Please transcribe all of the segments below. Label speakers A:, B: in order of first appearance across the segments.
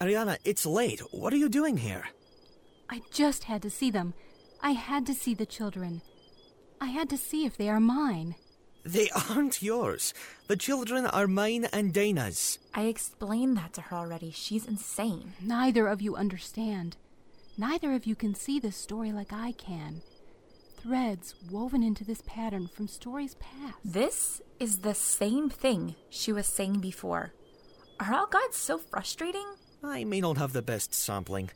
A: Ariana, it's late. What are you doing here?
B: I just had to see them. I had to see the children. I had to see if they are mine.
A: They aren't yours. The children are mine and Dana's.
C: I explained that to her already. She's insane.
B: Neither of you understand. Neither of you can see this story like I can. Threads woven into this pattern from stories past.
C: This is the same thing she was saying before. Are all gods so frustrating?
A: I may not have the best sampling.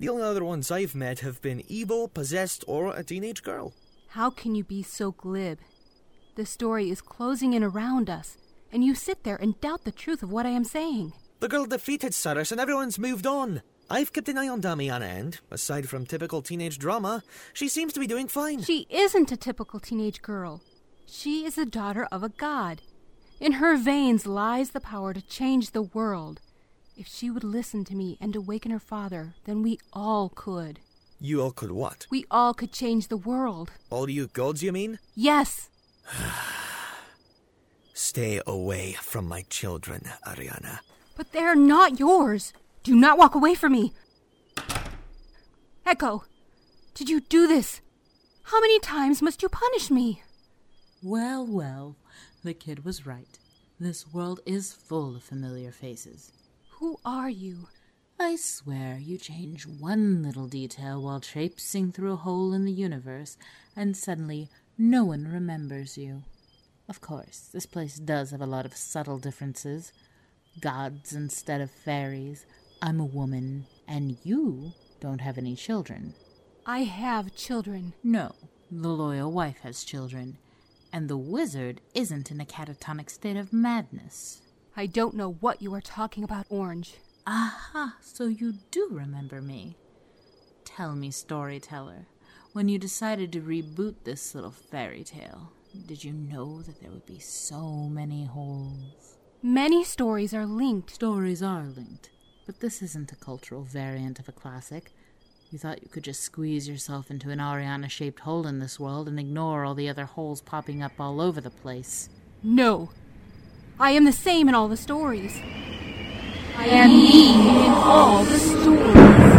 A: The only other ones I've met have been evil, possessed, or a teenage girl.
B: How can you be so glib? The story is closing in around us, and you sit there and doubt the truth of what I am saying.
A: The girl defeated Cyrus and everyone's moved on. I've kept an eye on Damiana and, aside from typical teenage drama, she seems to be doing fine.
B: She isn't a typical teenage girl. She is the daughter of a god. In her veins lies the power to change the world. If she would listen to me and awaken her father, then we all could.
A: You all could what?
B: We all could change the world.
A: All you gods, you mean?
B: Yes!
A: Stay away from my children, Ariana.
B: But they're not yours. Do not walk away from me. Echo, did you do this? How many times must you punish me?
D: Well, well, the kid was right. This world is full of familiar faces.
B: Who are you?
D: I swear you change one little detail while traipsing through a hole in the universe, and suddenly no one remembers you. Of course, this place does have a lot of subtle differences. Gods instead of fairies. I'm a woman, and you don't have any children.
B: I have children.
D: No, the loyal wife has children, and the wizard isn't in a catatonic state of madness.
B: I don't know what you are talking about, Orange.
D: Aha, so you do remember me. Tell me, storyteller, when you decided to reboot this little fairy tale, did you know that there would be so many holes?
B: Many stories are linked.
D: Stories are linked, but this isn't a cultural variant of a classic. You thought you could just squeeze yourself into an Ariana shaped hole in this world and ignore all the other holes popping up all over the place.
B: No. I am the same in all the stories. I am me in all the stories.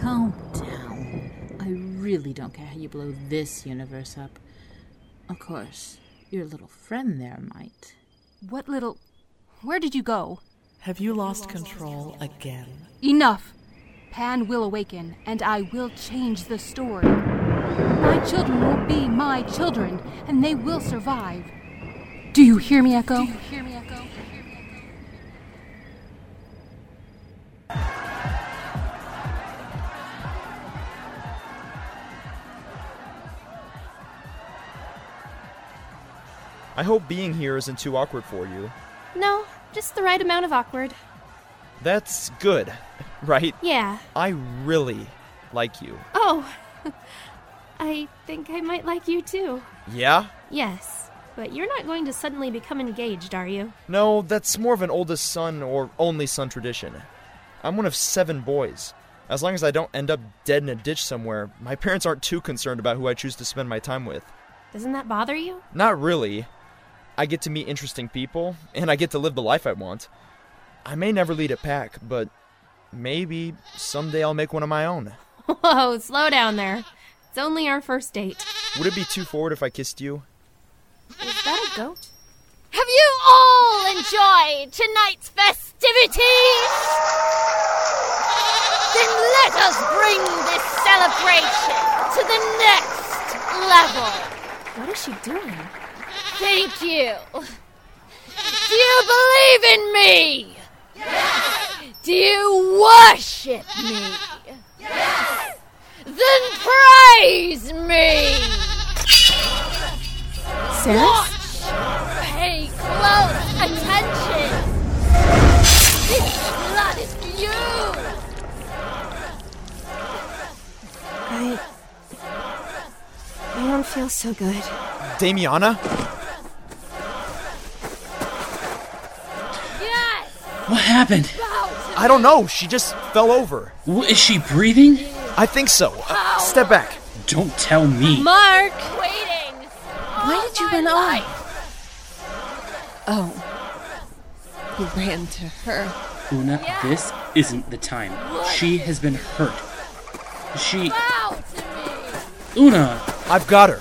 D: Calm down. I really don't care how you blow this universe up. Of course, your little friend there might.
B: What little. Where did you go?
E: Have you lost control again?
B: Enough! Pan will awaken, and I will change the story. My children will be my children, and they will survive. Do you hear me, Echo?
C: Do you hear me, Echo?
F: I hope being here isn't too awkward for you.
G: No, just the right amount of awkward.
F: That's good, right?
G: Yeah.
F: I really like you.
G: Oh, I think I might like you too.
F: Yeah?
G: Yes. But you're not going to suddenly become engaged, are you?
F: No, that's more of an oldest son or only son tradition. I'm one of seven boys. As long as I don't end up dead in a ditch somewhere, my parents aren't too concerned about who I choose to spend my time with.
G: Doesn't that bother you?
F: Not really. I get to meet interesting people, and I get to live the life I want. I may never lead a pack, but maybe someday I'll make one of my own.
G: Whoa, slow down there. It's only our first date.
F: Would it be too forward if I kissed you?
G: Is that a goat?
H: Have you all enjoyed tonight's festivities? Then let us bring this celebration to the next level.
C: What is she doing?
H: Thank you. Do you believe in me? Yes. Do you worship me? Yes. Then praise me.
C: Sarah?
H: Watch! Pay close attention!
B: smells so good.
F: Damiana?
I: Yes!
H: What happened?
F: I don't know. She just fell over.
H: W- Is she breathing?
F: I think so. Uh, step back.
H: Don't tell me.
B: Mark!
I: Waiting!
B: Why did you run off? Oh. You ran to her.
H: Una, this isn't the time. She has been hurt. She.
I: Bow to me!
H: Una!
F: I've got her.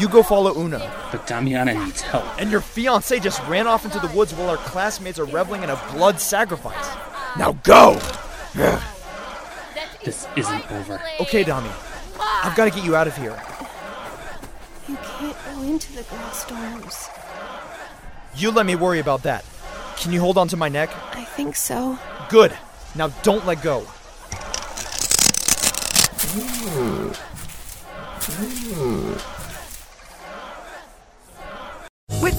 F: You go follow Una.
H: But Damiana needs help.
F: And your fiance just ran off into the woods while her classmates are reveling in a blood sacrifice. Now go!
I: That is
H: This isn't over.
F: Okay, Dami. I've got to get you out of here.
B: You can't go into the girl storms.
F: You let me worry about that. Can you hold on to my neck?
B: I think so.
F: Good. Now don't let go.
C: With